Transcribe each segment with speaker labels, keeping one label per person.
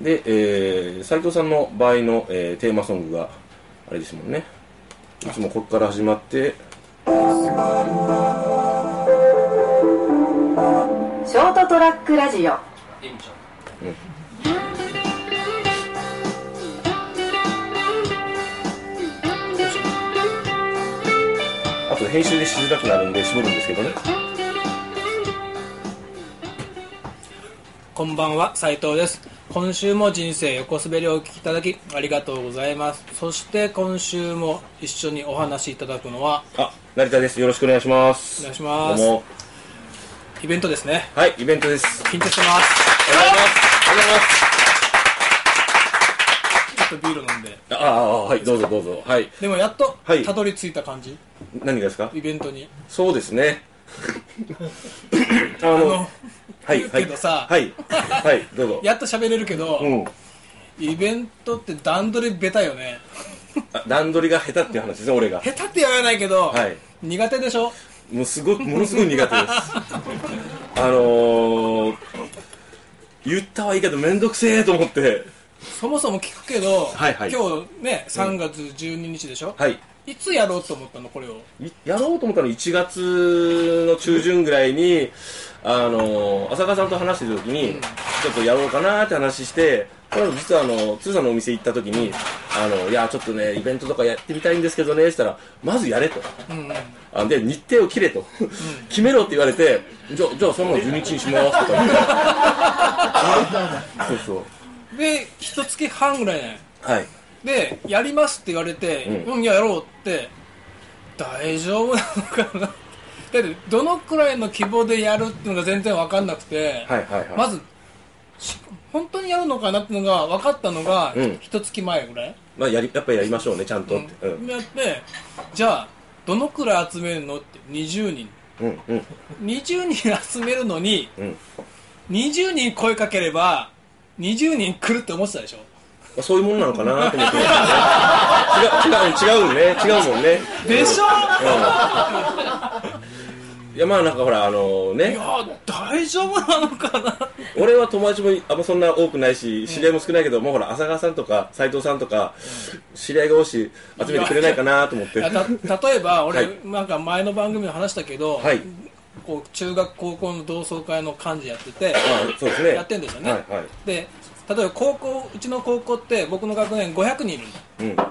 Speaker 1: で、えー、斉藤さんの場合の、えーテーマソングがあれですもんねいつもここから始まって
Speaker 2: ショートトラックラジオ
Speaker 3: エミちゃん
Speaker 1: あと編集でしづらくなるんで絞るんですけどね
Speaker 4: こんばんは、斉藤です。今週も人生横滑りをお聞きいただきありがとうございます。そして今週も一緒にお話しいただくのは
Speaker 1: あ成田ですよろしくお願いします
Speaker 4: お願いします
Speaker 1: どうも
Speaker 4: イベントですね。
Speaker 1: はいイベントです
Speaker 4: 緊張して
Speaker 1: あ
Speaker 4: ます。
Speaker 1: りがとうございます
Speaker 4: ちょっとビール飲んで。
Speaker 1: ありがとうございますあああはいどうぞどうぞはい
Speaker 4: でもやっと
Speaker 1: はい
Speaker 4: たどり着いた感じ、
Speaker 1: 何がですか
Speaker 4: イベントに。
Speaker 1: そうです ねあの
Speaker 4: あの
Speaker 1: はいは
Speaker 4: 言う
Speaker 1: い
Speaker 4: けどさ
Speaker 1: はいはいどうぞ
Speaker 4: やっと喋れるけど、
Speaker 1: うん
Speaker 4: イベントって段取りベタよね。
Speaker 1: あ段取りが下手っていう話ですね俺が
Speaker 4: 下手って言わないけど、
Speaker 1: はい
Speaker 4: 苦手でしょ
Speaker 1: もうすごいものすごい苦手ですあのー、言ったはいいけど面倒くせえと思って
Speaker 4: そもそも聞くけど、
Speaker 1: はいはい
Speaker 4: 今日ね、3月12日でしょ、
Speaker 1: はい
Speaker 4: いつやろうと思ったの、これを。
Speaker 1: いやろうと思ったの1月の中旬ぐらいに、あのー浅川さんと話してた時に、ちょっとやろうかなって話して、これ実はあの、通さんのお店行った時に、あの、いや、ちょっとね、イベントとかやってみたいんですけどね、したら、まずやれと。あで、日程を切れと。決めろって言われて、じゃあ、じゃあ、そんなの12日にし ますとか言って。そうそう。
Speaker 4: で、一月半ぐらいね。
Speaker 1: はい。
Speaker 4: で、やりますって言われて、
Speaker 1: う
Speaker 4: うん、やろうって、大丈夫なのかな だって、どのくらいの規模でやるっていうのが全然わかんなくて、
Speaker 1: はいはいはい
Speaker 4: まず、し本当にやるのかなっていうのが分かったのが
Speaker 1: うん、
Speaker 4: 一月前ぐらい、
Speaker 1: まあ、やり、やっぱりやりましょうね、ちゃんとって。うん。
Speaker 4: やって、じゃあ、どのくらい集めるのって、20人。
Speaker 1: うん。うん。
Speaker 4: 20人集めるのに、
Speaker 1: うん。
Speaker 4: 20人声かければ、20人来るって思ってたでしょ
Speaker 1: まあそういうものなのかなと思って、ね、違う違う違うね違うもんね
Speaker 4: でしょ
Speaker 1: いやまあなんかほらあの
Speaker 4: い
Speaker 1: ね
Speaker 4: や大丈夫なのかな
Speaker 1: 俺は友達もあんまそんな多くないし知り合いも少ないけど、もうほら浅川さんとか斎藤さんとか、知り合いが多いし集めてくれないかなと思っ
Speaker 4: い
Speaker 1: て
Speaker 4: やた例えば俺、
Speaker 1: はい
Speaker 4: なんか前の番組で話したけど、
Speaker 1: はい
Speaker 4: こう中学高校の同窓会の幹事やってて、
Speaker 1: まあそうですね
Speaker 4: やってんですよね、
Speaker 1: はいはい
Speaker 4: で例えば高校うちの高校って僕の学年500人いるんだ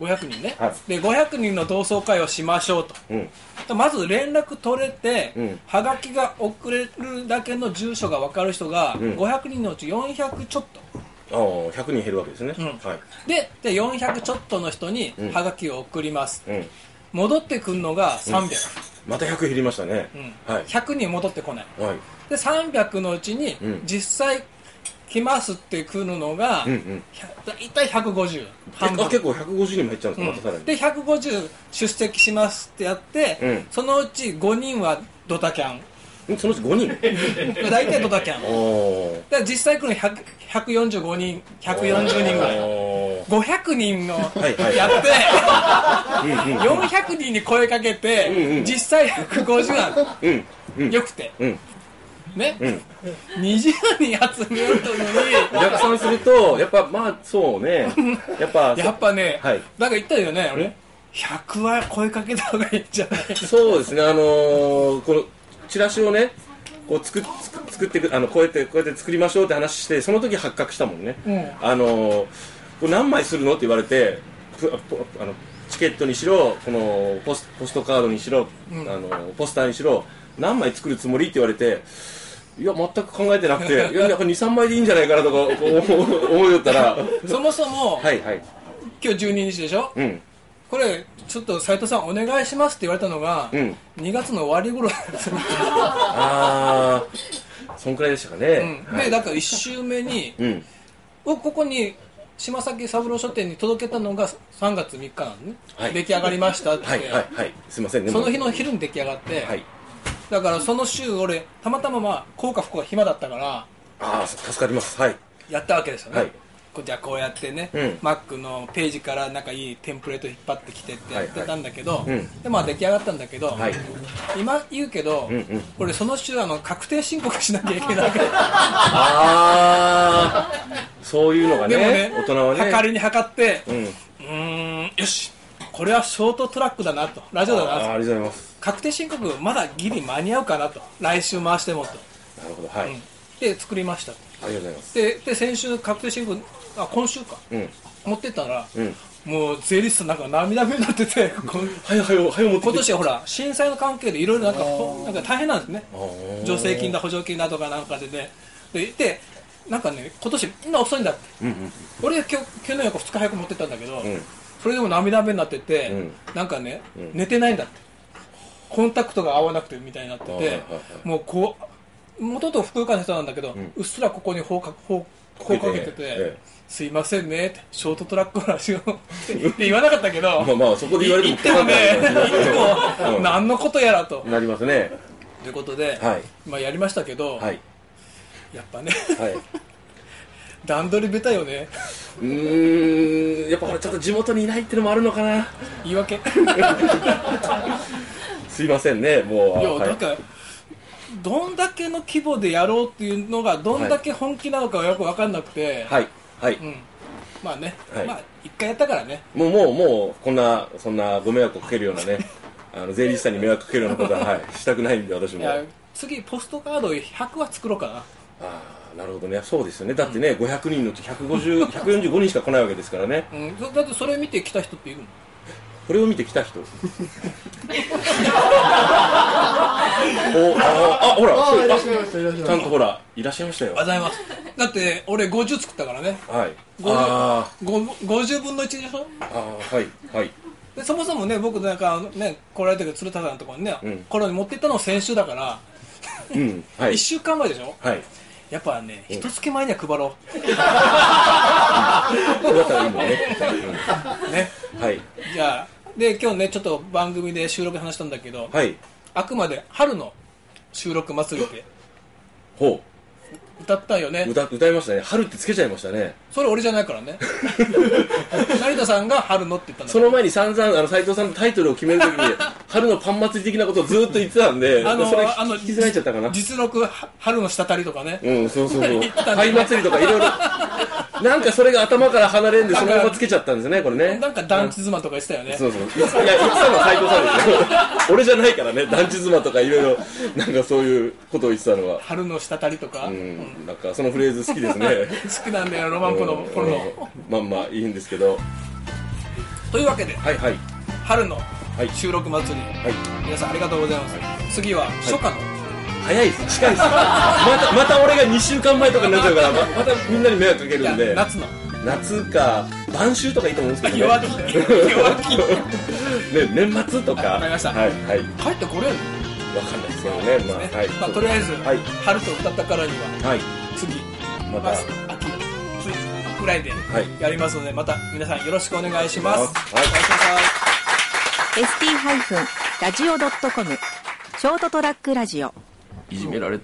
Speaker 1: うん
Speaker 4: 500人ね、
Speaker 1: はい
Speaker 4: で500人の同窓会をしましょうと
Speaker 1: うん
Speaker 4: とまず連絡取れて、
Speaker 1: うん
Speaker 4: はがきが送れるだけの住所が分かる人が、
Speaker 1: ん
Speaker 4: 500人のうち400ちょっと
Speaker 1: ああ100人減るわけですね、
Speaker 4: うん
Speaker 1: はい
Speaker 4: でで400ちょっとの人に
Speaker 1: うん
Speaker 4: はがきを送ります、
Speaker 1: うん
Speaker 4: 戻ってくるのが300、
Speaker 1: また100減りましたね、
Speaker 4: うん
Speaker 1: はい
Speaker 4: 100人戻ってこない
Speaker 1: はい
Speaker 4: で300のうちに
Speaker 1: うん
Speaker 4: 実際来ますって来るのが、
Speaker 1: うんうん
Speaker 4: 100大体150
Speaker 1: あ
Speaker 4: 半分
Speaker 1: 結構150人も減っちゃうんです
Speaker 4: う
Speaker 1: か、
Speaker 4: ん
Speaker 1: またさらに
Speaker 4: で150出席しますってやって、
Speaker 1: うん
Speaker 4: そのうち5人はドタキャン
Speaker 1: うんそのうち5人
Speaker 4: 大体ドタキャン
Speaker 1: おお
Speaker 4: だから実際来るの100 145人140人ぐらい
Speaker 1: い
Speaker 4: 500人の
Speaker 1: いはい
Speaker 4: やって、
Speaker 1: うん
Speaker 4: 400人に声かけて、
Speaker 1: うんうん
Speaker 4: 実際150なん
Speaker 1: うんうん
Speaker 4: よくて
Speaker 1: うん
Speaker 4: ね、
Speaker 1: ん
Speaker 4: 20人集めるのに
Speaker 1: 逆算するとやっぱまあそう ねやっぱ
Speaker 4: やっぱね、
Speaker 1: はい
Speaker 4: なんか言ったよね俺100は声かけた方がいいんじゃない
Speaker 1: そうですねあのーこのチラシをねこう作っ作作ってくあのこうやってこうやって作りましょうって話してその時発覚したもんね、
Speaker 4: う
Speaker 1: あのーこれ何枚するのって言われてふあぽあのチケットにしろこのポスポストカードにしろ、あのーポスターにしろ何枚作るつもりって言われていや全く考えてなくていややっぱ23枚でいいんじゃないかなとかこう思う思いよったら
Speaker 4: そもそも、
Speaker 1: はいはい
Speaker 4: 今日12日でしょ
Speaker 1: うん
Speaker 4: これちょっと斉藤さんお願いしますって言われたのが、
Speaker 1: うん
Speaker 4: 2月の終わり頃だったの
Speaker 1: ああそんくらいでしたかね、
Speaker 4: うんでだから1周目に、
Speaker 1: うん
Speaker 4: をここに島崎三郎書店に届けたのが3月3日なのね、
Speaker 1: はい
Speaker 4: 出来上がりましたって、
Speaker 1: はいはいはいすいませんね
Speaker 4: その日
Speaker 1: も
Speaker 4: の昼に出来上がって、
Speaker 1: うはい
Speaker 4: だからその週俺たまたままあこうか不幸が暇だったから
Speaker 1: ああ助かりますはい
Speaker 4: やったわけですよね、
Speaker 1: はい
Speaker 4: こうじゃあこうやってね、
Speaker 1: うん
Speaker 4: Mac のページからなんかいいテンプレート引っ張ってきてってやってたんだけど、
Speaker 1: いはいうん
Speaker 4: でまあ出来上がったんだけど、
Speaker 1: はい
Speaker 4: 今言うけど、
Speaker 1: んうん
Speaker 4: 俺 その週あの確定申告しなきゃいけない
Speaker 1: ああそういうのが
Speaker 4: で
Speaker 1: ね
Speaker 4: もね
Speaker 1: 大人はね
Speaker 4: 測りに測って
Speaker 1: う
Speaker 4: うんーんよしこれはショートトラックだなとラジオだ
Speaker 1: あー
Speaker 4: な
Speaker 1: ありが
Speaker 4: と
Speaker 1: とうございます
Speaker 4: 確定申告まだギリ間に合うかなと来週回してもと、
Speaker 1: なるほどはい、
Speaker 4: うんで作りました
Speaker 1: ありがとうございます
Speaker 4: でで先週確定申告あ今週か
Speaker 1: うん
Speaker 4: 持ってったら、
Speaker 1: うん
Speaker 4: もう税理士さんなんか涙目になっててこん
Speaker 1: はいはいはい持って
Speaker 4: 今年はほら震災の関係でいろいろなんかほなんか大変なんですね
Speaker 1: ー
Speaker 4: 助成金だ補助金だとかなんかでねででなんかね今年みんな遅いんだって
Speaker 1: うんうん
Speaker 4: 俺きょ去年は2日早く持ってったんだけど、
Speaker 1: ん
Speaker 4: それでも涙目になってて、
Speaker 1: うん
Speaker 4: なんかね、
Speaker 1: ん
Speaker 4: 寝てないんだってコンタクトが合わなくてみたいになってて、
Speaker 1: はいはいはい
Speaker 4: もうこう元々福岡の人なんだけど、うっすらここに放か放放かけてて、
Speaker 1: ええ
Speaker 4: すいませんねってショートトラックの話を って言わなかったけど
Speaker 1: まあまあそこで言われて
Speaker 4: 言ってもね言っても
Speaker 1: うん
Speaker 4: 何のことやらと、
Speaker 1: なりますね
Speaker 4: ということで、
Speaker 1: はい
Speaker 4: まあやりましたけど、
Speaker 1: はい
Speaker 4: やっぱね
Speaker 1: はい
Speaker 4: 段取りベタよね
Speaker 1: うーんやっぱほらちょっと地元にいないってのもあるのかな
Speaker 4: 言い訳
Speaker 1: すいませんねもう
Speaker 4: いや、
Speaker 1: はい
Speaker 4: なんか、どんだけの規模でやろうっていうのが、どんだけ本気なのかはよく分かんなくて、
Speaker 1: はいはい、
Speaker 4: うん、まあね、
Speaker 1: はい
Speaker 4: まあ、一回やったからね、
Speaker 1: もうもうもうこんなそんなご迷惑をかけるような ねあの税理士さんに迷惑かけるようなことは、はい、したくないんで私
Speaker 4: い
Speaker 1: も
Speaker 4: や
Speaker 1: あ
Speaker 4: 次、ポストカード100は作ろうかな。
Speaker 1: あなるほどねそうですよねだってね、500人のうち150 145人しか来ないわけですからね
Speaker 4: うん、そだってそれ見て来た人っているの
Speaker 1: これを見てきた 人おああほらそうあちゃんとほらいらっしゃいましたよ
Speaker 4: ありがとうございますだって俺50作ったからね
Speaker 1: はい
Speaker 4: ご
Speaker 1: あ
Speaker 4: ご50分の1でしょ
Speaker 1: ーあーはいはい
Speaker 4: でそもそもね僕なんかあのね来られてる鶴田さんのところにね、
Speaker 1: うん
Speaker 4: これに持ってったの先週だから、
Speaker 1: うんは
Speaker 4: 1
Speaker 1: い
Speaker 4: 週間前でしょ
Speaker 1: はい
Speaker 4: やっぱね一月前には配ろ
Speaker 1: だったらいいもんね、
Speaker 4: うね
Speaker 1: うんはい
Speaker 4: じゃあで今日ねちょっと番組で収録で話したんだけど、
Speaker 1: はい
Speaker 4: あくまで春の収録祭りって
Speaker 1: ほ
Speaker 4: 歌ったよ
Speaker 1: う
Speaker 4: ね
Speaker 1: 歌歌いましたね春ってつけちゃいましたね
Speaker 4: それ俺じゃないか らね成田さんが春のって言ったんだ
Speaker 1: その前に散々あの斉藤さんのタイトルを決めるときに 春のパン祭り的なことをずっと言ってたんで
Speaker 4: あの
Speaker 1: それ
Speaker 4: あの
Speaker 1: 聞きづらいちゃったかな
Speaker 4: 実録は春の滴りとかね
Speaker 1: うんそうそうそう
Speaker 4: 言ったんだ
Speaker 1: パイ祭りとかいろいろなんかそれが頭から離れんでそのままつけちゃったんですねこれね
Speaker 4: なんか団地妻とか言ってたよね
Speaker 1: そうそういついや言ってたのは斉藤さんですよ 俺じゃないからね団地妻とかいろいろなんかそういうことを言ってたのは
Speaker 4: 春の滴りとか、
Speaker 1: うんなんかそのフレーズ好き ですね
Speaker 4: 好きなんだよロマンポのポロの
Speaker 1: うんまあまあいいんですけど
Speaker 4: というわけで
Speaker 1: はいはい
Speaker 4: 春の
Speaker 1: はい
Speaker 4: 収録祭り、
Speaker 1: はい
Speaker 4: 皆さんありがとうございます、次は初夏の、
Speaker 1: 早いです近いですまたまた俺が2週間前とかになっちゃうからままたみんなに迷惑かけるん
Speaker 4: いや
Speaker 1: で
Speaker 4: 夏の
Speaker 1: 夏か晩秋とかいいと思うんです けど、ね、
Speaker 4: 弱気弱気
Speaker 1: ね年末とか
Speaker 4: わかりました
Speaker 1: はいはい
Speaker 4: 帰ってこれる
Speaker 1: わかんないですけどねまあ
Speaker 4: ね
Speaker 1: はい、
Speaker 4: まあ、とりあえず、
Speaker 1: はい
Speaker 4: 春と歌ったからには
Speaker 1: はい
Speaker 4: 次
Speaker 1: また
Speaker 4: あ秋次ぐらいで
Speaker 1: い
Speaker 4: やりますので、また皆さんよろしくお願いします、
Speaker 1: はい
Speaker 4: お願いします
Speaker 2: ST-radio.com ショートトラックラジオ
Speaker 1: いじめられた